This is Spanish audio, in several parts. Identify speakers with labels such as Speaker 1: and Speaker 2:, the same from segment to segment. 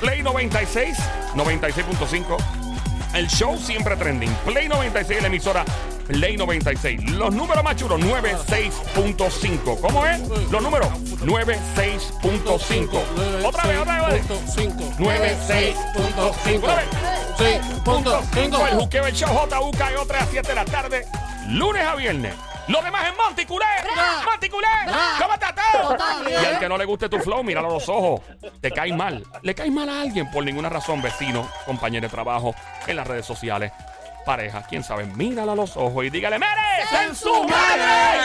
Speaker 1: Play 96, 96.5. El show siempre trending. Play 96, la emisora Play 96. Los números más chulos, 96.5. ¿Cómo es? Los números, 96.5. Otra vez, otra vez. otra vez. 96.5. Otra vez.
Speaker 2: 6.5.
Speaker 1: El juqueo, el show JUK y otra a 7 de la tarde, lunes a viernes. Lo demás es Monticulé. Monticulé. ¿Cómo estás todo?
Speaker 2: bien.
Speaker 1: Y al que no le guste tu flow, míralo a los ojos. Te cae mal. Le cae mal a alguien por ninguna razón, vecino, compañero de trabajo, en las redes sociales, pareja, quién sabe. Míralo a los ojos y dígale, ¡Mere! ¡En su madre!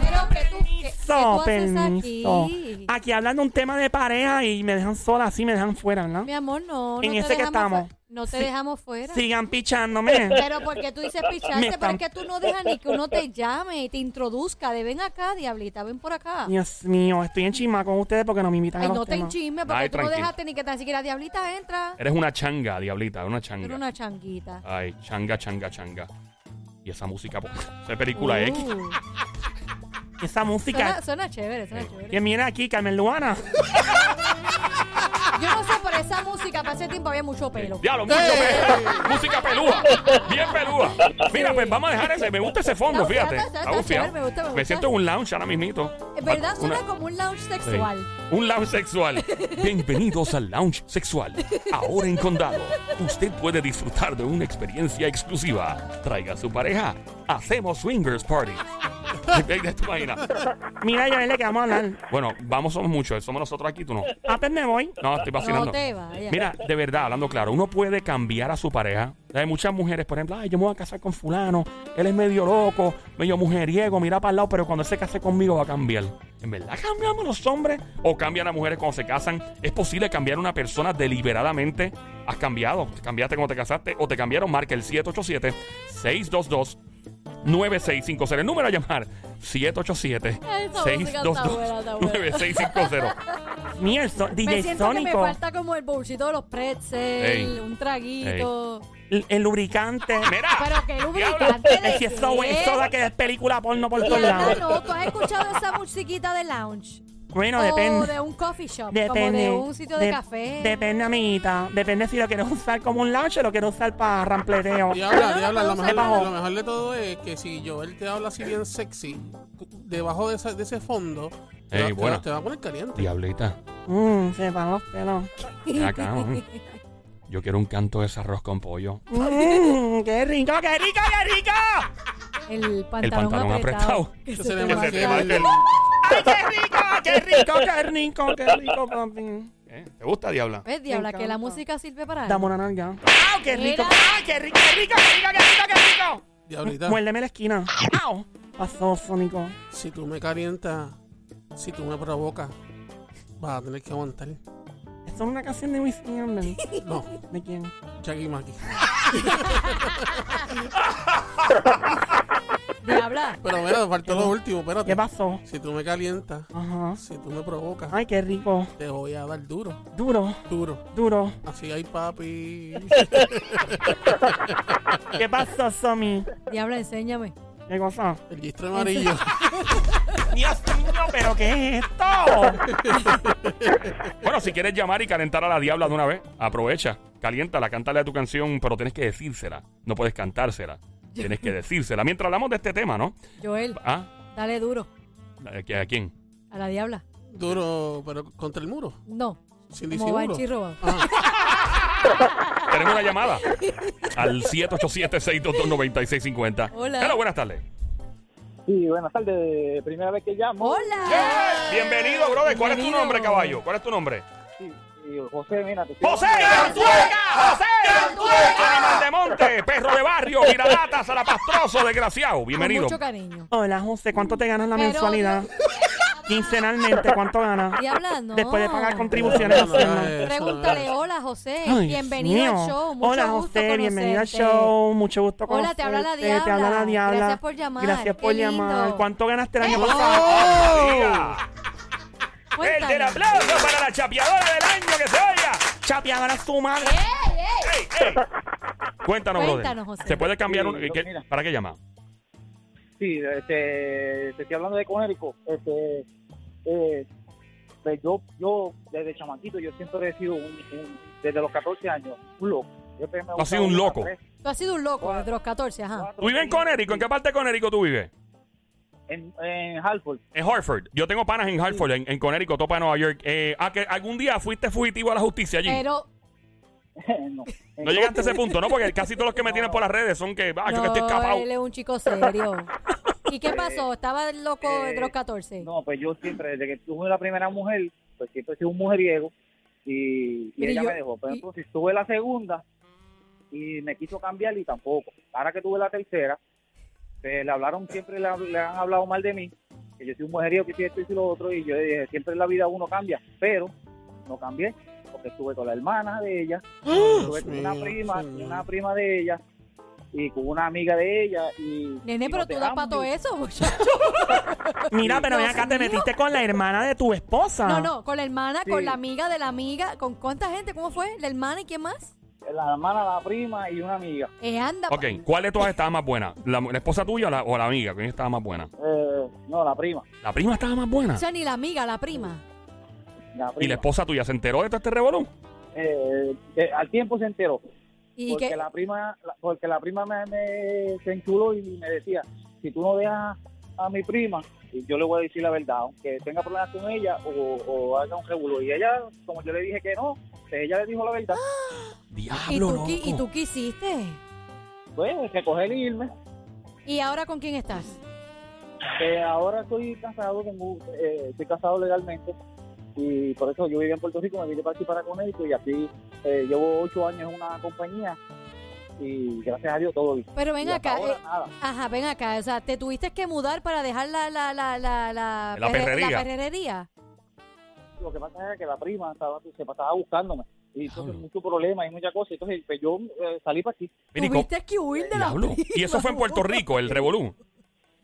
Speaker 3: Pero que tú, que, que tú
Speaker 4: Permiso,
Speaker 3: haces
Speaker 4: permiso.
Speaker 3: aquí. Ah,
Speaker 4: Aquí hablan de un tema de pareja y me dejan sola así, me dejan fuera, ¿no?
Speaker 3: Mi amor, no.
Speaker 4: En
Speaker 3: no te
Speaker 4: ese que
Speaker 3: dejamos
Speaker 4: estamos.
Speaker 3: fu- No te
Speaker 4: Sí.
Speaker 3: dejamos fuera.
Speaker 4: Sigan pichándome.
Speaker 3: Pero porque tú dices
Speaker 4: Me
Speaker 3: picharte, pero
Speaker 4: están-
Speaker 3: es que tú no dejas ni que uno te llame y te introduzca. De ven acá, diablita, ven por acá.
Speaker 4: Dios mío, estoy en chisma con ustedes porque no me invitan
Speaker 3: Ay,
Speaker 4: a los
Speaker 3: no te
Speaker 4: temas.
Speaker 3: enchismes porque
Speaker 1: Ay, Eh,
Speaker 3: tú no
Speaker 1: tranquila.
Speaker 3: dejaste ni que tan siquiera diablita entra.
Speaker 1: Eres una changa, diablita, una changa.
Speaker 3: Era una changuita.
Speaker 1: Ay, changa, changa, changa. Y esa música, po- esa es película
Speaker 3: Uh,
Speaker 1: X.
Speaker 4: Esa
Speaker 3: suena,
Speaker 4: música.
Speaker 3: suena chévere,
Speaker 1: Eh,
Speaker 3: suena chévere.
Speaker 4: Que mira aquí, Carmen Luana.
Speaker 3: Yo no sé, por esa música, para ese tiempo había mucho pelo.
Speaker 1: Diablo, mucho pe- música pelúa. Bien pelúa. Mira, pues vamos a dejar ese. Me gusta ese fondo,
Speaker 3: No,
Speaker 1: fíjate.
Speaker 3: está- está-
Speaker 1: Está
Speaker 3: está
Speaker 1: bufiado.
Speaker 3: chévere, me gusta, me gusta.
Speaker 1: siento en un lounge ahora mismito. Ah,
Speaker 3: En verdad
Speaker 1: Una-
Speaker 3: suena como un lounge
Speaker 1: sí.
Speaker 3: sexual.
Speaker 1: Un lounge sexual. Bienvenidos al lounge sexual. Ahora en Condado. Usted puede disfrutar de una experiencia exclusiva. Traiga a su pareja. Hacemos swingers party. ¿Te imaginas?
Speaker 4: Mira, yo le que vamos a hablar.
Speaker 1: Bueno, vamos, somos muchos. Somos nosotros aquí, tú no.
Speaker 4: Ah, pues me voy.
Speaker 1: No, estoy vacilando.
Speaker 3: No te vayas.
Speaker 1: Mira, de verdad, hablando claro, uno puede cambiar a su pareja. Hay muchas mujeres, por ejemplo, ay, yo me voy a casar con fulano, él es medio loco, medio mujeriego, mira para el lado, pero cuando él se case conmigo va a cambiar. ¿En verdad cambiamos los hombres o cambian las mujeres cuando se casan? ¿Es posible cambiar a una persona deliberadamente? ¿Has cambiado? ¿Te cambiaste cuando te casaste o te cambiaron? Marca el 787 622 9650. El número a llamar 787 622 9650.
Speaker 4: Mira, el so-
Speaker 3: Me
Speaker 4: DJ
Speaker 3: siento que
Speaker 4: Sónico.
Speaker 3: me falta como el bolsito de los pretzels,
Speaker 1: Ey.
Speaker 3: un traguito.
Speaker 4: El, el lubricante.
Speaker 1: Mira.
Speaker 3: Pero que
Speaker 1: Diablo.
Speaker 3: lubricante de
Speaker 4: Es que es so- es
Speaker 3: qué?
Speaker 4: soda que es película porno por todos
Speaker 3: Diabla,
Speaker 4: lados.
Speaker 3: no, ¿tú has escuchado esa musiquita de lounge?
Speaker 4: Bueno,
Speaker 3: o
Speaker 4: depende.
Speaker 3: de un coffee shop, como
Speaker 4: Depende.
Speaker 3: de un sitio de,
Speaker 4: Dep-
Speaker 3: café.
Speaker 4: Depende, amiguita. Depende si lo quieres usar como un lounge o lo quieres usar para rampleteo.
Speaker 2: Diabla, diabla, lo mejor,
Speaker 4: Debajo.
Speaker 2: lo mejor de todo es que si Joel te habla así bien sexy, cu- debajo de ese, de ese fondo, te,
Speaker 1: Ey,
Speaker 2: va- te
Speaker 1: buena.
Speaker 2: va, te va a poner caliente.
Speaker 1: Diablita.
Speaker 4: Mmm, se van los pelos.
Speaker 1: Ven acá, mami. Yo quiero un canto de ese arroz con pollo.
Speaker 4: Mmm, qué rico, qué rico, qué rico.
Speaker 3: el pantalón,
Speaker 1: pantalón apretado.
Speaker 3: apretado. Que
Speaker 2: Que
Speaker 3: se
Speaker 2: se
Speaker 3: te
Speaker 2: le
Speaker 3: va
Speaker 2: marque
Speaker 3: a
Speaker 2: el-
Speaker 3: caer.
Speaker 4: Ay, qué rico, qué rico, qué rico, qué rico, papi.
Speaker 1: ¿Eh? ¿Te gusta, Diabla?
Speaker 3: ¿Ves, Diabla,
Speaker 4: Me
Speaker 3: que la
Speaker 4: encanta.
Speaker 3: música sirve para
Speaker 4: Dame
Speaker 3: algo?
Speaker 4: una nalga. ¡Au, qué rico!
Speaker 3: Mira.
Speaker 4: ¡Ay, qué rico, qué rico, qué rico, qué rico, qué rico!
Speaker 2: Diablita,
Speaker 4: Muérdeme la esquina. ¡Au! Pasó, Sónico.
Speaker 2: si tú me calientas, si tú me provocas, vas a tener que aguantar.
Speaker 4: Esto es una canción de Wisin y Yandel.
Speaker 2: No,
Speaker 4: ¿De quién?
Speaker 2: Jackie Maki.
Speaker 3: Diabla,
Speaker 2: Pero mira, faltó lo último, espérate.
Speaker 4: ¿Qué pasó?
Speaker 2: Si tú me calientas,
Speaker 4: Ajá.
Speaker 2: si tú me provocas,
Speaker 4: Ay, qué rico.
Speaker 2: te voy a dar duro,
Speaker 4: Duro,
Speaker 2: duro.
Speaker 4: duro.
Speaker 2: Así hay papi.
Speaker 4: ¿Qué pasó, Somi?
Speaker 3: Diabla, enséñame.
Speaker 4: ¿Qué cosa?
Speaker 2: El gistro amarillo.
Speaker 4: Dios mío, pero ¿qué es esto?
Speaker 1: Bueno, si quieres llamar y calentar a la Diabla de una vez, aprovecha. Caliéntala, cántale a tu canción, pero tienes que decírsela. No puedes cantársela. Tienes que decírsela. Mientras hablamos de este tema, ¿no?
Speaker 3: Joel,
Speaker 1: ¿Ah?
Speaker 3: dale duro
Speaker 1: ¿A quién?
Speaker 3: a la Diabla.
Speaker 2: Duro, pero contra el muro.
Speaker 3: No,
Speaker 2: Sin disimulo.
Speaker 3: como
Speaker 2: Ah.
Speaker 3: Banshee robado.
Speaker 1: Tenemos una llamada al 787-622-9650.
Speaker 3: Hola.
Speaker 1: Hello, buenas tardes.
Speaker 5: Sí, buenas tardes. Primera vez que
Speaker 1: Oh.
Speaker 5: llamo.
Speaker 3: ¡Hola!
Speaker 1: Bienvenido, brother. ¿Cuál es tu
Speaker 3: Bienvenido.
Speaker 1: nombre, caballo? ¿Cuál es tu nombre?
Speaker 5: Sí, sí, José, mira, te estoy-
Speaker 1: ¡José Cantueca! ¡José Cantueca! Animal de monte, perro de barrio, miralata, zarapastroso, desgraciado.
Speaker 3: Con
Speaker 1: Bienvenido.
Speaker 3: mucho cariño.
Speaker 4: Hola, José, ¿cuánto te ganas la
Speaker 3: Pero-
Speaker 4: mensualidad? Quincenalmente, ¿cuánto ganas?
Speaker 3: Diabla, no.
Speaker 4: Después de pagar contribuciones.
Speaker 2: No, no, no,
Speaker 4: ¿no?
Speaker 2: eh,
Speaker 3: Pregúntale, hola José,
Speaker 4: Ay,
Speaker 3: bienvenido
Speaker 4: Dios mío.
Speaker 3: al show, mucho
Speaker 4: Hola,
Speaker 3: gusto
Speaker 4: José, bienvenido al
Speaker 3: conocerte.
Speaker 4: show, mucho gusto
Speaker 3: Hola, te habla la
Speaker 4: conocerte,
Speaker 3: Diabla.
Speaker 4: Te habla la Diabla.
Speaker 3: Gracias por llamar,
Speaker 4: Gracias
Speaker 3: qué
Speaker 4: por
Speaker 3: lindo.
Speaker 4: llamar. ¿Cuánto ganaste el año
Speaker 3: ¡Eh!
Speaker 4: pasado?
Speaker 1: Diga, Ah, El
Speaker 3: Cuéntame.
Speaker 1: del aplauso para la chapeadora del año que se oiga.
Speaker 4: Chapeadora su madre.
Speaker 1: Ey, ey. Cuéntanos, brother.
Speaker 3: Cuéntanos, José.
Speaker 1: ¿Se puede cambiar
Speaker 5: Sí,
Speaker 1: un-
Speaker 5: yo-
Speaker 1: qué-
Speaker 5: mira.
Speaker 1: ¿Para qué llama?
Speaker 5: Sí, este, te estoy hablando de Conérico. Este, eh,
Speaker 6: pues yo, yo desde chamaquito, yo siempre he sido un, un- desde los 14 años, un loco. Yo siempre me
Speaker 1: Tú has sido
Speaker 6: gustaba
Speaker 1: un
Speaker 6: ir a
Speaker 1: loco.
Speaker 6: tres,
Speaker 3: Tú has sido un loco
Speaker 6: Wow.
Speaker 3: desde los 14, ajá.
Speaker 6: cuatro,
Speaker 1: ¿Tú vives en
Speaker 6: seis,
Speaker 1: Conérico? ¿En qué parte de Conérico tú vives?
Speaker 6: En, en Hartford.
Speaker 1: En Hartford. Yo tengo panas en Hartford, en, en Conérico, topa de Nueva York. Eh, ¿a que algún día fuiste fugitivo a la justicia allí?
Speaker 3: Pero
Speaker 6: no.
Speaker 1: no llegaste a ese punto, ¿no? Porque casi todos los que me tienen por las redes son que, ah, yo que estoy
Speaker 3: no,
Speaker 1: escapado.
Speaker 3: él es un chico serio. ¿Y qué pasó? ¿Estaba loco
Speaker 6: eh,
Speaker 3: de los 14?
Speaker 6: No, pues yo siempre, desde que tuve la primera mujer, pues siempre he sido un mujeriego y, y
Speaker 3: Mira,
Speaker 6: ella
Speaker 3: yo-
Speaker 6: me dejó. Pero
Speaker 3: y-
Speaker 6: entonces tuve la segunda y me quiso cambiar y tampoco. Ahora que tuve la tercera, pues, le hablaron, siempre le, hab- le han hablado mal de mí, que yo soy un mujeriego, que soy esto y soy lo otro, y yo le dije, siempre en la vida uno cambia, pero no cambié porque estuve con la hermana de ella, estuve con una prima,
Speaker 2: Dios mío.
Speaker 6: una prima de ella y con una amiga de ella y...
Speaker 3: Nene,
Speaker 6: y
Speaker 3: pero
Speaker 6: nos
Speaker 3: tú das
Speaker 6: dejamos
Speaker 3: para todo
Speaker 6: y-
Speaker 3: eso, muchacho.
Speaker 4: Mira, pero ven
Speaker 3: Dios
Speaker 4: acá, te
Speaker 3: mío.
Speaker 4: metiste con la hermana de tu esposa.
Speaker 3: No, no, con la hermana,
Speaker 6: Sí.
Speaker 3: con la amiga de la amiga. ¿Con cuánta gente? ¿Cómo fue? ¿La hermana y quién más?
Speaker 6: La hermana, la prima y una amiga.
Speaker 3: Eh, anda. pa-
Speaker 1: Ok, ¿cuál de todas estaba más buena? ¿La, la esposa tuya o la, o la amiga? ¿Quién estaba más buena?
Speaker 6: Eh, no, la prima.
Speaker 1: ¿La prima estaba más buena?
Speaker 3: O sea, ni la amiga, la prima.
Speaker 6: La
Speaker 1: ¿Y la
Speaker 6: prima.
Speaker 1: esposa tuya se enteró de todo este revolú?
Speaker 6: Eh, eh, al tiempo se enteró.
Speaker 3: Y
Speaker 6: Porque
Speaker 3: que
Speaker 6: la prima, la- porque la prima me, me- se enchuló y me decía, si tú no dejas a mi prima, y yo le voy a decir la verdad, aunque tenga problemas con ella o, o haga un revuelo. Y ella, como yo le dije que no, pues ella le dijo la verdad.
Speaker 3: ¿Y
Speaker 1: Diablo,
Speaker 3: tú,
Speaker 1: loco.
Speaker 3: qué, ¿Y tú qué hiciste?
Speaker 6: Pues recoger y irme.
Speaker 3: ¿Y ahora con quién estás?
Speaker 6: Eh, ahora estoy casado, tengo, eh, estoy casado legalmente y por eso yo vivía en Puerto Rico, me vine para aquí para Conérico y aquí eh, llevo ocho años en una compañía y gracias a Dios todo bien.
Speaker 3: Pero ven
Speaker 6: Y hasta
Speaker 3: acá.
Speaker 6: ahora,
Speaker 3: eh,
Speaker 6: nada.
Speaker 3: ajá, ven acá. O sea, te tuviste que mudar para dejar la, la, la, la, la,
Speaker 1: La
Speaker 3: perre-
Speaker 1: perrería.
Speaker 3: la perrería.
Speaker 6: Lo que pasa es que la prima estaba, se pasaba buscándome
Speaker 1: Ah,
Speaker 6: y entonces
Speaker 1: Diablo.
Speaker 6: mucho problema y muchas cosas. Entonces pues, yo eh, salí para aquí,
Speaker 1: Mira, y co-
Speaker 3: Tuviste que huir de la
Speaker 1: diablo. Y eso fue en Puerto Rico, el revolú.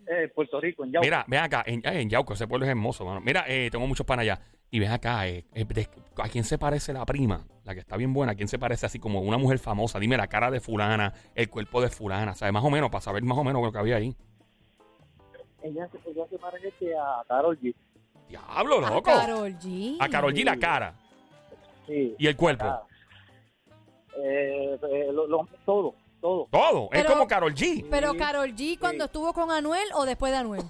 Speaker 6: eh, Puerto Rico, en Yauco.
Speaker 1: Mira, ven acá, en, ay, en Yauco, ese pueblo es hermoso, mano. Mira, eh, tengo muchos panas allá. Y ven acá, eh, eh, de- ¿a quién se parece la prima? La que está bien buena, ¿a quién se parece así como una mujer famosa? Dime la cara de fulana, el cuerpo de fulana, ¿sabes? Más o menos, para saber más o menos lo que había ahí.
Speaker 6: Ella, se- ella se parece a Carol G.
Speaker 1: Diablo,
Speaker 3: A
Speaker 1: loco.
Speaker 3: Carol G.
Speaker 1: A Carol G la cara
Speaker 6: Sí,
Speaker 1: y el cuerpo.
Speaker 6: nada. Eh, eh, lo- lo- todo, todo.
Speaker 1: Todo. es
Speaker 3: Pero-
Speaker 1: como Carol G.
Speaker 3: Pero Carol G cuando estuvo con Anuel o después de Anuel.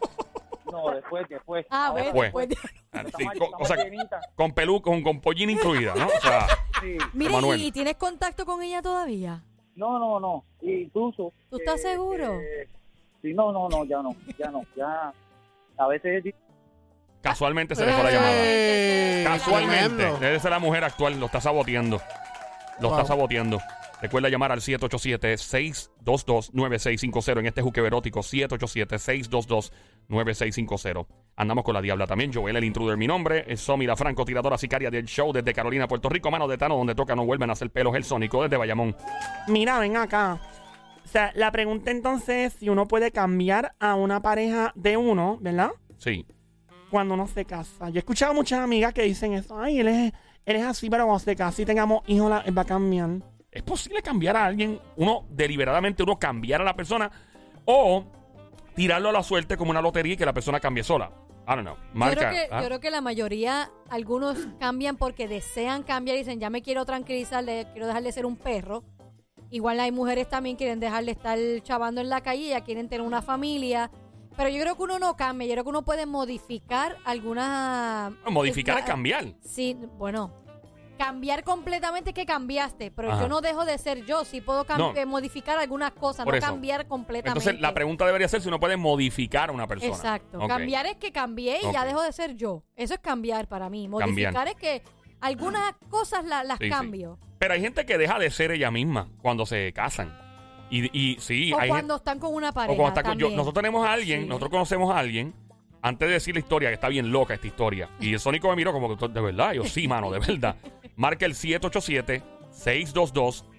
Speaker 6: No, después, después.
Speaker 3: Ah,
Speaker 6: Ahora
Speaker 3: bueno,
Speaker 1: Después.
Speaker 3: después de...
Speaker 6: está
Speaker 1: Sí,
Speaker 6: mal-
Speaker 1: con,
Speaker 6: está
Speaker 1: o sea,
Speaker 6: mal llenita.
Speaker 1: con pelu, con, con pollina incluida, ¿no? O sea,
Speaker 6: Sí.
Speaker 3: Mira,
Speaker 1: Manuel.
Speaker 3: ¿y tienes contacto con ella todavía?
Speaker 6: No, no, no. Incluso.
Speaker 3: ¿Tú estás seguro?
Speaker 6: eh, sí, no, no, no, ya no, ya no, ya. A veces es di-
Speaker 1: casualmente se le fue la
Speaker 6: Eh,
Speaker 1: llamada.
Speaker 2: ¡Ey!
Speaker 1: Casualmente.
Speaker 2: Eh, Tremendo.
Speaker 1: Debe ser la mujer actual, lo está saboteando. Lo está
Speaker 2: Wow.
Speaker 1: saboteando. Recuerda llamar al 787-622-9650 en este juqueo erótico. 787-622-9650. Andamos con la diabla también. Joel, el intruder, mi nombre. Es Somi, la francotiradora sicaria del show desde Carolina, Puerto Rico. Mano de Tano, donde toca no vuelven a hacer pelos el sónico desde Bayamón.
Speaker 4: Mira, ven acá. O sea, la pregunta entonces es si uno puede cambiar a una pareja de uno, ¿verdad?
Speaker 1: Sí.
Speaker 4: Cuando uno se casa. Yo he escuchado muchas amigas que dicen eso. Ay, él es, él es así, pero cuando se casa y tengamos hijos, la- él va a cambiar.
Speaker 1: ¿Es posible cambiar a alguien? Uno, deliberadamente, uno cambiar a la persona o tirarlo a la suerte como una lotería y que la persona cambie sola. I don't know. Marca.
Speaker 3: yo, creo que,
Speaker 1: ¿ah?
Speaker 3: yo creo que la mayoría, algunos cambian porque desean cambiar y dicen, ya me quiero tranquilizar, le- quiero dejar de ser un perro. Igual hay mujeres también que quieren dejar de estar chavando en la calle, ya quieren tener una familia. Pero yo creo que uno no cambia, yo creo que uno puede modificar algunas...
Speaker 1: No, Modificar es
Speaker 3: cambiar.
Speaker 1: cambiar.
Speaker 3: Sí, bueno. Cambiar completamente es que cambiaste, pero
Speaker 1: Ajá.
Speaker 3: yo no dejo de ser yo. Sí puedo cam-
Speaker 1: No.
Speaker 3: eh, modificar algunas cosas,
Speaker 1: Por
Speaker 3: no
Speaker 1: eso.
Speaker 3: cambiar completamente.
Speaker 1: Entonces, la pregunta debería ser si uno puede modificar a una persona.
Speaker 3: Exacto.
Speaker 1: Ok.
Speaker 3: Cambiar es que cambié y ya
Speaker 1: Ok.
Speaker 3: dejo de ser yo. Eso es cambiar para mí.
Speaker 1: Cambiar.
Speaker 3: Modificar es que algunas cosas la- las
Speaker 1: Sí, sí.
Speaker 3: cambio.
Speaker 1: Pero hay gente que deja de ser ella misma cuando se casan. Y, y sí,
Speaker 3: O
Speaker 1: hay gente-
Speaker 3: cuando están con una pareja.
Speaker 1: o cuando está con- yo-
Speaker 3: también.
Speaker 1: nosotros tenemos a alguien,
Speaker 3: Sí.
Speaker 1: nosotros conocemos a alguien. Antes de decir la historia, que está bien loca esta historia. Y el Sónico me miró como que, de verdad, yo sí, mano, de verdad. Marca el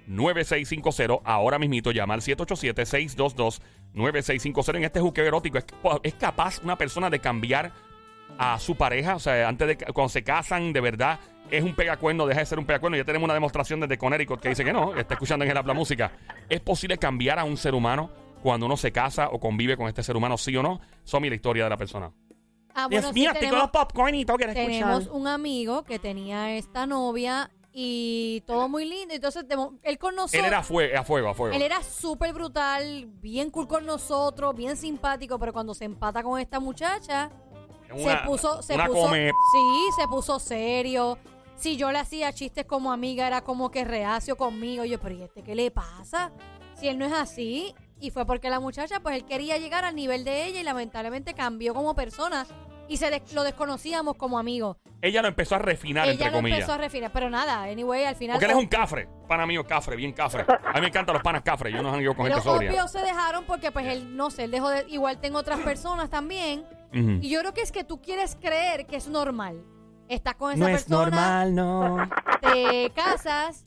Speaker 1: 787-622-9650. Ahora mismito llama al 787-622-9650. En este juqueo erótico, ¿es, es capaz una persona de cambiar a su pareja? O sea, antes de ca- cuando se casan, de verdad, es un pegacuerno, deja de ser un pegacuerno. Ya tenemos una demostración desde Connecticut que dice que no, está escuchando en el habla música. ¿Es posible cambiar a un ser humano cuando uno se casa o convive con este ser humano, sí o no? Somi, la historia de la persona.
Speaker 3: Ah,
Speaker 4: Dios
Speaker 3: bueno, sí,
Speaker 4: mío, estoy con
Speaker 3: tenemos,
Speaker 4: los popcorn y todo, quiero escuchar.
Speaker 3: tenemos un amigo que tenía esta novia y todo muy lindo. Entonces, de mo- él con nosotros.
Speaker 1: Él era a fuego, a fuego, a fuego.
Speaker 3: Él era súper brutal, bien cool con nosotros, bien simpático, pero cuando se empata con esta muchacha,
Speaker 1: Una-
Speaker 3: se puso, se
Speaker 1: una
Speaker 3: puso,
Speaker 1: come-
Speaker 3: sí, se puso serio. Si yo le hacía chistes como amiga, era como que reacio conmigo. Yo, pero ¿y este qué le pasa? Si él no es así, y fue porque la muchacha, pues él quería llegar al nivel de ella y lamentablemente cambió como persona y se des- lo desconocíamos como amigos.
Speaker 1: Ella lo empezó a refinar,
Speaker 3: Ella
Speaker 1: entre
Speaker 3: lo
Speaker 1: comillas.
Speaker 3: empezó a refinar, pero nada, anyway, al final.
Speaker 1: Porque él es un cafre. Pana mío, cafre, bien cafre. A mí me encantan los panas cafre. Yo no han ido con
Speaker 3: Pero
Speaker 1: gente sobria.
Speaker 3: obvio se dejaron porque pues él, no sé, él dejó de... Igual tengo otras personas también.
Speaker 1: Ujú.
Speaker 3: Y yo creo que es que tú quieres creer que es normal. Estás con esa
Speaker 4: No es
Speaker 3: persona,
Speaker 4: normal, no.
Speaker 3: te casas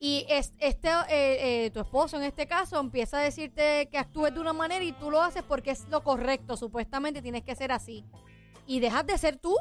Speaker 3: y es, este, eh, eh, tu esposo en este caso empieza a decirte que actúes de una manera y tú lo haces porque es lo correcto. Supuestamente tienes que ser así. Y dejas de ser tú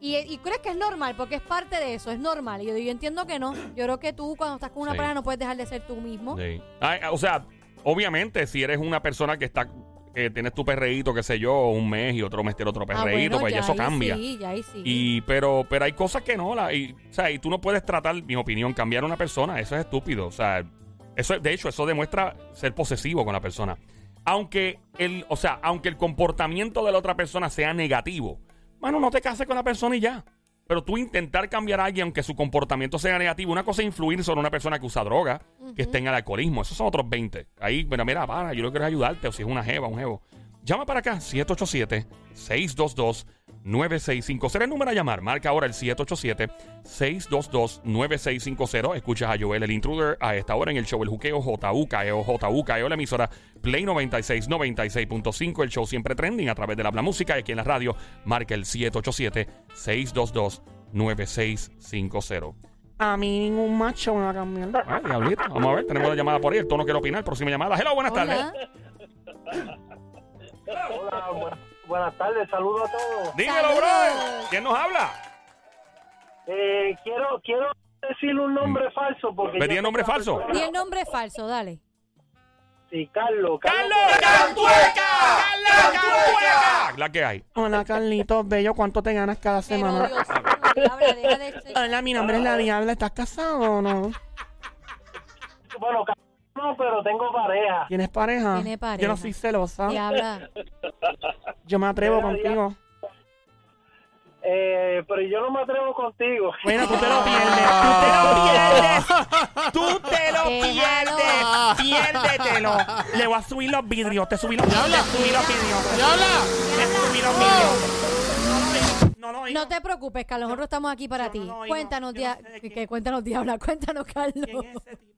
Speaker 3: y, y crees que es normal porque es parte de eso, es normal. Y yo, digo, yo entiendo que no. Yo creo que tú cuando estás con una
Speaker 1: Sí.
Speaker 3: pareja no puedes dejar de ser tú mismo.
Speaker 1: Sí. Ay, o sea, obviamente, si eres una persona que está que tienes tu perreíto, qué sé yo, un mes y otro mes tiene otro
Speaker 3: Ah,
Speaker 1: perreíto,
Speaker 3: bueno,
Speaker 1: pues ya
Speaker 3: ya
Speaker 1: eso
Speaker 3: ahí
Speaker 1: cambia.
Speaker 3: Sí, ya ahí sí.
Speaker 1: Y pero pero hay cosas que no, la, y, o sea, y tú no puedes tratar, mi opinión, cambiar a una persona, eso es estúpido, o sea, eso de hecho eso demuestra ser posesivo con la persona. Aunque el, o sea, aunque el comportamiento de la otra persona sea negativo, mano, no te cases con la persona y ya. Pero tú intentar cambiar a alguien aunque su comportamiento sea negativo, una cosa es influir sobre una persona que usa droga, que esté en el alcoholismo, esos son otros 20. Ahí, mira, mira, para, yo lo que quiero es ayudarte, o si es una jeva, un jevo. Llama para acá, 787-622-9650. Será el número a llamar. Marca ahora el 787-622-9650. Escuchas a Joel, el intruder, a esta hora en el show El Juqueo, JUKEO, JUKEO, E la emisora Play 96, 96.5. El show siempre trending a través de la Habla Música. Y aquí en la radio, marca el 787-622-9650.
Speaker 4: A mí ningún macho me va a cambiar.
Speaker 1: Ah, diablito. Vamos a ver, tenemos la llamada por ahí. El tono quiere opinar. Próxima llamada. Hello, buenas
Speaker 3: Hola.
Speaker 1: tardes.
Speaker 6: Hola, buenas, buenas tardes, saludo a todos.
Speaker 1: Dímelo,
Speaker 3: Saludos.
Speaker 1: brother. ¿Quién nos habla?
Speaker 6: Eh, quiero, quiero decir un nombre falso porque.
Speaker 1: ¿Me di
Speaker 6: yo
Speaker 1: el nombre
Speaker 6: soy una
Speaker 1: falso?
Speaker 6: persona-
Speaker 3: Di el nombre falso, dale.
Speaker 6: Sí, Carlos.
Speaker 1: ¡Cantueca! La que hay.
Speaker 4: Hola, Carlitos Bello, ¿cuánto te ganas cada
Speaker 3: Pero,
Speaker 4: semana?
Speaker 3: Dios mío, diabla, deja de ser-
Speaker 4: Hola, mi nombre es La Diabla. ¿Estás casado o no?
Speaker 6: Bueno, Carlos no, pero tengo pareja.
Speaker 4: ¿Tienes pareja?
Speaker 3: Tiene pareja.
Speaker 4: Yo no soy celosa.
Speaker 3: Diabla.
Speaker 4: Yo me atrevo
Speaker 6: Mira,
Speaker 4: contigo.
Speaker 6: Eh, pero yo no me atrevo contigo.
Speaker 4: Bueno, tú te lo pierdes. Tú te
Speaker 3: Déjalo.
Speaker 4: lo pierdes. Tú te lo pierdes. Piérdetelo. Le voy a subir los vidrios. Te subí los vidrios.
Speaker 2: Diabla.
Speaker 4: Te subí los vidrios.
Speaker 2: ¡Diabla!
Speaker 4: Te subí los vidrios. No lo oigo.
Speaker 3: No te preocupes, Carlos, nosotros estamos aquí para
Speaker 4: Yo
Speaker 3: ti.
Speaker 4: no oigo,
Speaker 3: cuéntanos,
Speaker 4: yo no
Speaker 3: dia-
Speaker 4: sé de
Speaker 3: que-
Speaker 4: quién.
Speaker 3: que cuéntanos, Diabla, cuéntanos, Carlos.
Speaker 4: ¿Quién es Ah. ese tipo?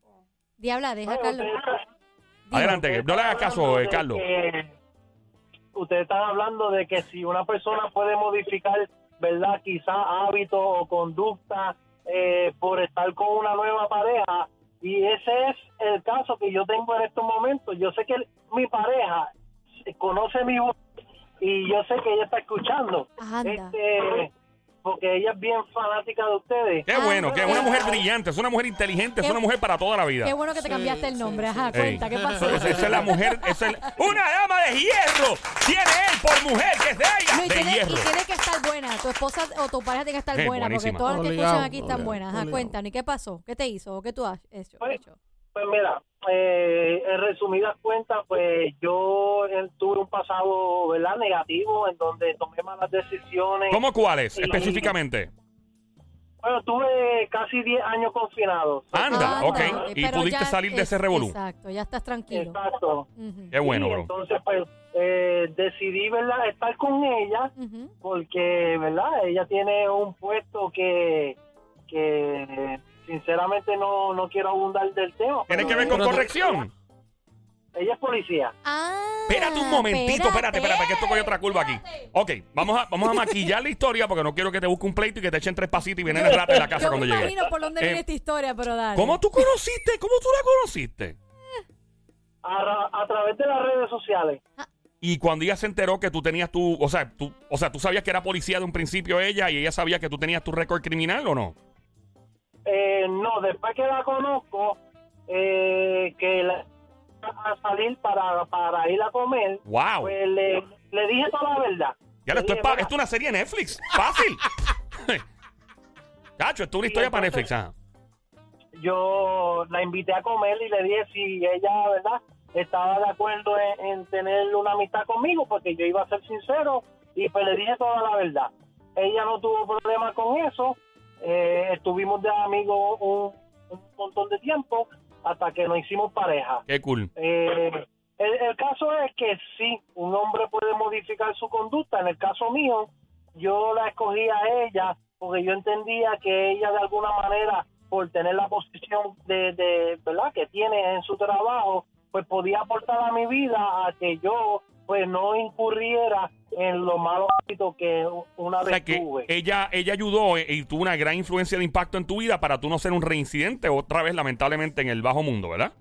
Speaker 3: Diabla, deja a Carlos. Dime.
Speaker 1: Adelante, que no le hagas caso, eh, Carlos.
Speaker 6: Ustedes están hablando de que si una persona puede modificar, ¿verdad? Quizá hábito o conducta eh, por estar con una nueva pareja. Y ese es el caso que yo tengo en estos momentos. Yo sé que el- mi pareja conoce mi voz y yo sé que ella está escuchando.
Speaker 3: Anda.
Speaker 6: Este, porque ella es bien fanática de ustedes.
Speaker 1: Qué
Speaker 3: Ah,
Speaker 1: bueno, que es una
Speaker 3: qué
Speaker 1: mujer
Speaker 3: bueno.
Speaker 1: brillante, es una mujer inteligente, es
Speaker 3: Qué-
Speaker 1: una mujer para toda la vida.
Speaker 3: Qué bueno que te
Speaker 2: Sí,
Speaker 3: cambiaste el
Speaker 2: sí,
Speaker 3: nombre.
Speaker 2: sí,
Speaker 3: Ajá,
Speaker 1: sí.
Speaker 3: cuenta, ¿qué pasó?
Speaker 1: Esa, esa es la mujer, esa es la- una dama de hierro. Tiene él por mujer que es de ella,
Speaker 3: No, y,
Speaker 1: de
Speaker 3: tiene, y
Speaker 1: hierro.
Speaker 3: tiene que estar buena. Tu esposa o tu pareja tiene que estar
Speaker 1: Eh,
Speaker 3: buena,
Speaker 1: buenísima.
Speaker 3: porque todas las que
Speaker 2: Obligado,
Speaker 3: escuchan aquí están
Speaker 2: obligado,
Speaker 3: buenas. Ajá,
Speaker 2: obligado.
Speaker 3: cuéntanos, ¿y qué pasó? ¿Qué te hizo? ¿O qué tú has hecho?
Speaker 6: Pues-
Speaker 3: hecho?
Speaker 6: Pues mira, eh, en resumidas cuentas, pues yo eh, tuve un pasado, ¿verdad? Negativo, en donde tomé malas decisiones.
Speaker 1: ¿Cómo cuáles
Speaker 6: Sí.
Speaker 1: específicamente?
Speaker 6: Bueno, tuve casi 10 años confinados. Ah,
Speaker 1: Anda,
Speaker 3: Anda,
Speaker 1: ok. Y
Speaker 3: Ah, pero
Speaker 1: pudiste
Speaker 3: ya
Speaker 1: salir de
Speaker 3: es-
Speaker 1: ese revolú.
Speaker 3: Exacto, ya estás tranquilo.
Speaker 6: Exacto.
Speaker 3: Ujú,
Speaker 1: Qué bueno,
Speaker 6: Y
Speaker 1: bro.
Speaker 6: Entonces, pues eh, decidí, ¿verdad? Estar con ella
Speaker 3: ujú.
Speaker 6: porque, ¿verdad? Ella tiene un puesto que, que sinceramente no, no quiero abundar del tema.
Speaker 1: Tiene
Speaker 6: pero
Speaker 1: que ver con
Speaker 2: Pero-
Speaker 1: corrección.
Speaker 6: Ella es policía.
Speaker 3: Ah,
Speaker 1: Espérate un momentito, espérate, espérate, que esto coge otra curva aquí. Ok, vamos a, vamos a maquillar la historia porque no quiero que te busque un pleito y que te echen tres pasitos y vienen el rato en la casa
Speaker 3: Yo
Speaker 1: cuando
Speaker 3: me
Speaker 1: llegue.
Speaker 3: imagino por dónde
Speaker 1: Eh,
Speaker 3: viene esta historia, pero dale.
Speaker 1: ¿Cómo tú conociste? ¿Cómo tú la conociste?
Speaker 6: A, ra- a través de las redes sociales.
Speaker 1: Y cuando ella se enteró que tú tenías tu, o sea, tú, o sea, tú sabías que era policía de un principio ella y ella sabía que tú tenías tu récord criminal o no?
Speaker 6: Eh, no, después que la conozco, eh, que la a salir para, para ir a comer,
Speaker 1: Wow.
Speaker 6: pues le, le dije toda la verdad.
Speaker 1: Ya lo, esto, es
Speaker 6: Sí,
Speaker 1: pa-
Speaker 6: mira.
Speaker 1: esto es una serie de Netflix. Fácil. Cacho, esto es una
Speaker 6: Sí,
Speaker 1: historia para Netflix.
Speaker 6: entonces-
Speaker 1: ajá.
Speaker 6: yo la invité a comer y le dije si ella, ¿verdad? Estaba de acuerdo en, en tener una amistad conmigo, porque yo iba a ser sincero y pues le dije toda la verdad. Ella no tuvo problema con eso, eh, estuvimos de amigos un, un montón de tiempo hasta que nos hicimos pareja.
Speaker 1: Qué cool.
Speaker 6: Eh, el, el caso es que sí, un hombre puede modificar su conducta. En el caso mío, yo la escogí a ella porque yo entendía que ella de alguna manera, por tener la posición de, de verdad que tiene en su trabajo, pues podía aportar a mi vida a que yo pues no incurriera en lo malo hábitos que una
Speaker 1: O
Speaker 6: vez
Speaker 1: sea que eh,
Speaker 6: tuve.
Speaker 1: ella, ella ayudó eh, y tuvo una gran influencia de impacto en tu vida para tú no ser un reincidente otra vez, lamentablemente, en el bajo mundo, ¿verdad?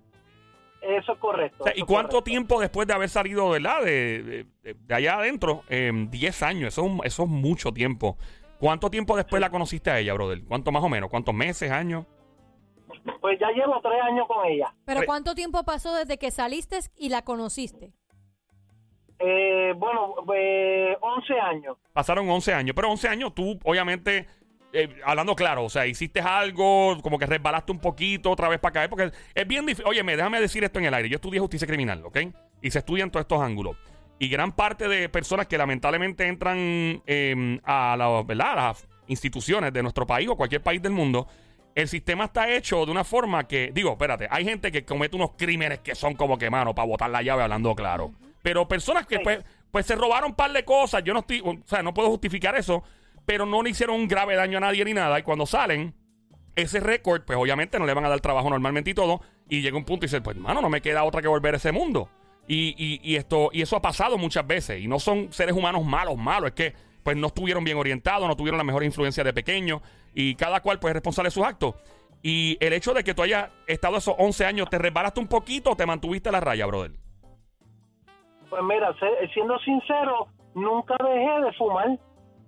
Speaker 6: Eso es correcto.
Speaker 1: O sea,
Speaker 6: eso
Speaker 1: ¿Y
Speaker 6: es
Speaker 1: cuánto
Speaker 6: correcto.
Speaker 1: tiempo después de haber salido ¿verdad? de, de, de allá adentro? Em, 10 años, eso es, un- eso es mucho tiempo. ¿Cuánto tiempo después la conociste a ella, brother? ¿Cuánto más o menos? ¿Cuántos meses, años?
Speaker 6: Pues ya llevo tres años con ella.
Speaker 3: Pero
Speaker 1: Re-
Speaker 3: ¿cuánto tiempo pasó desde que saliste y la conociste?
Speaker 6: Eh, bueno, eh, 11 años.
Speaker 1: Pasaron 11 años, pero 11 años tú, obviamente, eh, hablando claro, o sea, hiciste algo, como que resbalaste un poquito otra vez para caer, porque es bien difícil. Óyeme, déjame decir esto en el aire. Yo estudié justicia criminal, ¿ok? Y se estudian todos estos ángulos. Y gran parte de personas que lamentablemente entran eh, a, la- ¿verdad? a las instituciones de nuestro país o cualquier país del mundo, el sistema está hecho de una forma que, digo, espérate, hay gente que comete unos crímenes que son como que, mano, para botar la llave hablando claro. Pero personas que,
Speaker 6: Sí.
Speaker 1: pues, pues se robaron un par de cosas. Yo no estoy, o sea, no puedo justificar eso, pero no le hicieron un grave daño a nadie ni nada. Y cuando salen, ese récord, pues obviamente no le van a dar trabajo normalmente y todo. Y llega un punto y dice, pues hermano, no me queda otra que volver a ese mundo. Y, y- y esto, y eso ha pasado muchas veces. Y no son seres humanos malos, malos. Es que pues no estuvieron bien orientados, no tuvieron la mejor influencia de pequeño. Y cada cual pues es responsable de sus actos. Y el hecho de que tú hayas estado esos 11 años, ¿te resbalaste un poquito o te mantuviste a la raya, brother?
Speaker 6: Pues mira, se- siendo sincero, nunca dejé de fumar,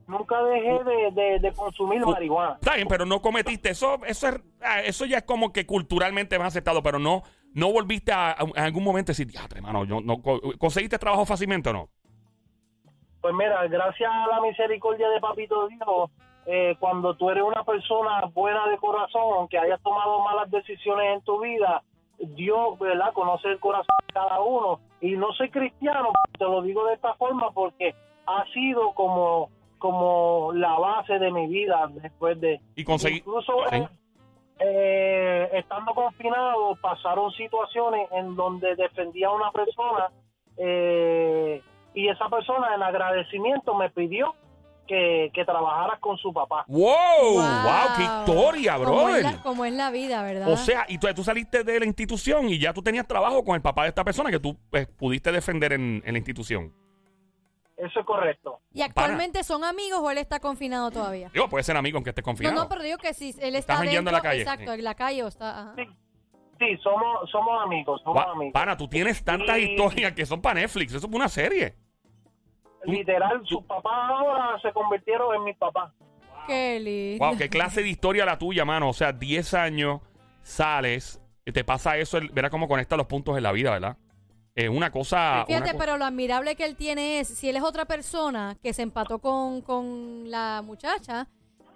Speaker 6: nunca dejé de, de- de consumir marihuana.
Speaker 1: Está bien, pero no cometiste eso. Eso, es- ah, eso ya es como que culturalmente más aceptado, pero no, no volviste a, a- a algún momento a decir, ya, hermano, yo no, co- ¿conseguiste trabajo fácilmente o no?
Speaker 6: Pues mira, gracias a la misericordia de Papito Dios, eh, cuando tú eres una persona buena de corazón, aunque hayas tomado malas decisiones en tu vida, Dios, ¿verdad?, conoce el corazón de cada uno. Y no soy cristiano, te lo digo de esta forma porque ha sido como, como la base de mi vida después de,
Speaker 1: Y conseguí.
Speaker 6: Incluso
Speaker 1: Sí.
Speaker 6: eh, eh, estando confinado pasaron situaciones en donde defendía a una persona eh, y esa persona en agradecimiento me pidió que, que trabajara con su papá.
Speaker 1: ¡Wow! ¡Wow! ¡Qué historia,
Speaker 3: Como es
Speaker 1: brother!
Speaker 3: la, como es la vida, ¿verdad?
Speaker 1: O sea, y tú, tú saliste de la institución y ya tú tenías trabajo con el papá de esta persona que tú pues, pudiste defender en, en la institución.
Speaker 6: Eso es correcto.
Speaker 3: ¿Y actualmente son amigos o él está confinado todavía?
Speaker 1: Digo, puede ser amigo aunque estés
Speaker 3: No,
Speaker 1: confinado.
Speaker 3: no, pero digo que si él está
Speaker 1: Estás jangueando
Speaker 3: dentro,
Speaker 1: en la calle.
Speaker 3: exacto, en la calle o está... ajá.
Speaker 6: Sí, somos somos amigos, somos
Speaker 1: Pa-
Speaker 6: amigos.
Speaker 1: pana, tú tienes tantas
Speaker 6: Sí.
Speaker 1: historias que son para Netflix. Eso es una serie. tú-
Speaker 6: Literal, sus papás ahora se convirtieron en mis papás.
Speaker 3: Qué lindo.
Speaker 1: Wow, qué clase de historia la tuya, mano. O sea, 10 años, sales, te pasa eso, el- verás cómo conecta los puntos en la vida, ¿verdad? Es una cosa. Ah, una
Speaker 3: Fíjate,
Speaker 1: co-
Speaker 3: pero lo admirable que él tiene es, si él es otra persona que se empató con, con la muchacha,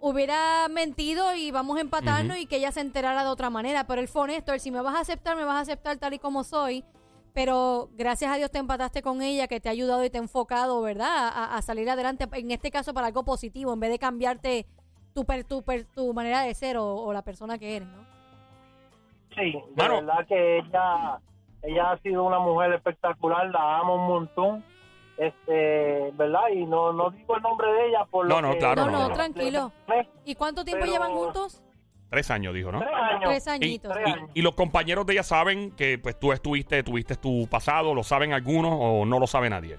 Speaker 3: hubiera mentido y vamos a empatarnos y que ella se enterara de otra manera. Pero él fue honesto, él si me vas a aceptar, me vas a aceptar tal y como soy. Pero gracias a Dios te empataste con ella, que te ha ayudado y te ha enfocado, ¿verdad? A, a salir adelante, en este caso para algo positivo, en vez de cambiarte tu, per- tu, per- tu manera de ser o, o la persona que eres, ¿no?
Speaker 6: Sí, de
Speaker 1: Mano.
Speaker 6: verdad que ella, ella ha sido una mujer espectacular, la amo un montón, este, ¿verdad? Y no, no digo el nombre de ella por
Speaker 1: No,
Speaker 6: lo
Speaker 1: no,
Speaker 6: que-
Speaker 1: claro,
Speaker 3: No, no, no. tranquilo.
Speaker 6: Tres,
Speaker 3: ¿Y cuánto tiempo
Speaker 6: Pero-
Speaker 3: llevan juntos?
Speaker 1: Tres años, dijo, ¿no?
Speaker 6: tres años.
Speaker 3: Tres
Speaker 1: Y,
Speaker 3: añitos.
Speaker 1: y- y los compañeros de ella saben que pues tú estuviste, tuviste tu pasado, lo saben algunos o no lo sabe nadie.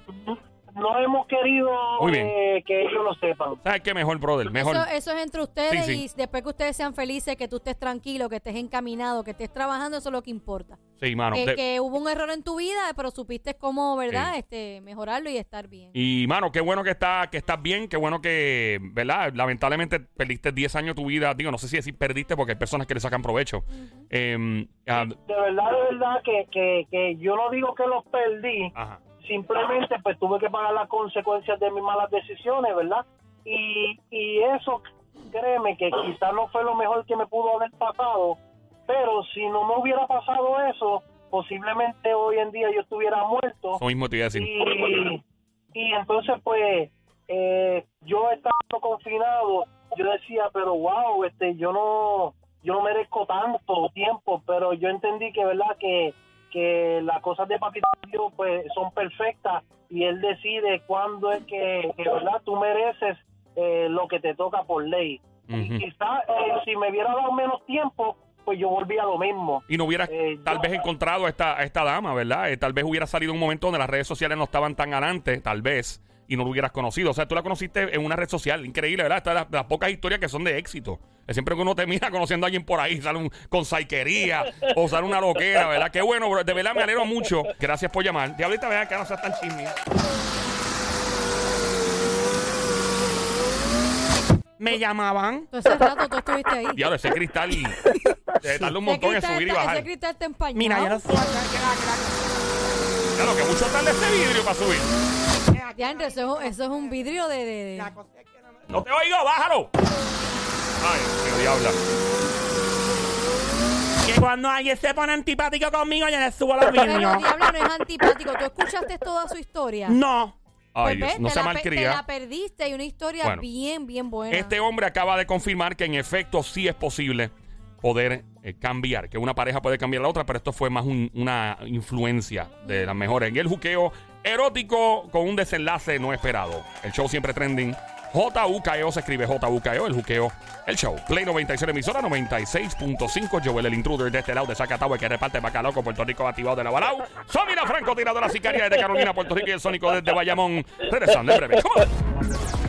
Speaker 6: No hemos querido
Speaker 1: Muy bien.
Speaker 6: eh, que ellos lo sepan.
Speaker 1: ¿Sabes qué? Mejor, brother, mejor.
Speaker 3: Eso, eso es entre ustedes
Speaker 1: Sí, sí.
Speaker 3: y después que ustedes sean felices, que tú estés tranquilo, que estés encaminado, que estés trabajando, eso es lo que importa.
Speaker 1: Sí, mano.
Speaker 3: que,
Speaker 1: de-
Speaker 3: que hubo un error en tu vida, pero supiste cómo, ¿verdad?
Speaker 1: Sí.
Speaker 3: Este, mejorarlo y estar bien.
Speaker 1: Y, mano, qué bueno que está, que estás bien, qué bueno que, ¿verdad? Lamentablemente perdiste 10 años de tu vida. Digo, no sé si decir perdiste porque hay personas que le sacan provecho. Em, ah,
Speaker 6: De verdad, de verdad que, que, que yo no digo que los perdí,
Speaker 1: ajá.
Speaker 6: simplemente pues tuve que pagar las consecuencias de mis malas decisiones, ¿verdad? Y, y eso, créeme que quizás no fue lo mejor que me pudo haber pasado, pero si no me hubiera pasado eso, posiblemente hoy en día yo estuviera muerto.
Speaker 1: Eso mismo te iba a decir.
Speaker 6: Y, y entonces, pues, eh, yo estando confinado, yo decía, pero wow, este, yo no, yo no merezco tanto tiempo, pero yo entendí que, ¿verdad? Que, que las cosas de Papito Dios, pues, son perfectas y él decide cuándo es que, que, ¿verdad? Tú mereces eh, lo que te toca por ley.
Speaker 1: Ujú.
Speaker 6: Y quizás si me hubiera dado menos tiempo, pues yo volvía a lo mismo.
Speaker 1: Y no hubiera
Speaker 6: Eh,
Speaker 1: tal
Speaker 6: yo-
Speaker 1: vez encontrado a esta, a esta dama, ¿verdad? Eh, tal vez hubiera salido un momento donde las redes sociales no estaban tan adelante, tal vez, y no lo hubieras conocido. O sea, tú la conociste en una red social, increíble, ¿verdad? Estas las, las pocas historias que son de éxito. Eh, Siempre que uno termina conociendo a alguien por ahí, sale un, con saiquería o sale una loquera, ¿verdad? Qué bueno, bro. De verdad me alegro mucho. Gracias por llamar. Diablita, vea que no seas tan chisme.
Speaker 4: Me
Speaker 3: Pues,
Speaker 4: llamaban.
Speaker 3: Todo ese rato tú estuviste ahí.
Speaker 1: Diablo, ese cristal. eh, tarda un
Speaker 3: Ese
Speaker 1: montón en
Speaker 3: cristal
Speaker 1: subir y
Speaker 3: está-
Speaker 1: bajar.
Speaker 3: Ese cristal está empañado.
Speaker 4: Mira, yo no sé.
Speaker 1: Claro, que mucho tarda este vidrio para subir.
Speaker 3: Ya, entre eso, es un- eso es un vidrio de... de- de-
Speaker 4: La cosa es que no me-
Speaker 1: ¡No te oigo! ¡Bájalo! Ay, qué diabla.
Speaker 4: Que cuando alguien se pone antipático conmigo, yo le subo los
Speaker 3: Pero
Speaker 4: niños.
Speaker 3: Diablo no es antipático. Tú escuchaste toda su historia.
Speaker 4: No.
Speaker 1: Ay,
Speaker 3: Pues
Speaker 1: Dios,
Speaker 3: ves,
Speaker 1: no
Speaker 3: te
Speaker 1: se
Speaker 3: la pe- Te
Speaker 1: malcría.
Speaker 3: la perdiste. Hay una historia
Speaker 1: Bueno.
Speaker 3: bien, bien buena.
Speaker 1: Este hombre acaba de confirmar que en efecto sí es posible poder eh, cambiar, que una pareja puede cambiar a la otra, pero esto fue más un- una influencia de las mejores. En el juqueo erótico con un desenlace no esperado. El show siempre trending. JUKEO E se escribe JUKEO, el juqueo, el show. Play 96, emisora 96.5. Joel el intruder de este lado de Zacatau, el que reparte bacalao con Puerto Rico activado de la Balau. Somi la francotiradora sicaria de Carolina, Puerto Rico y el sónico desde Bayamón. Regresando en breve. ¡Come on!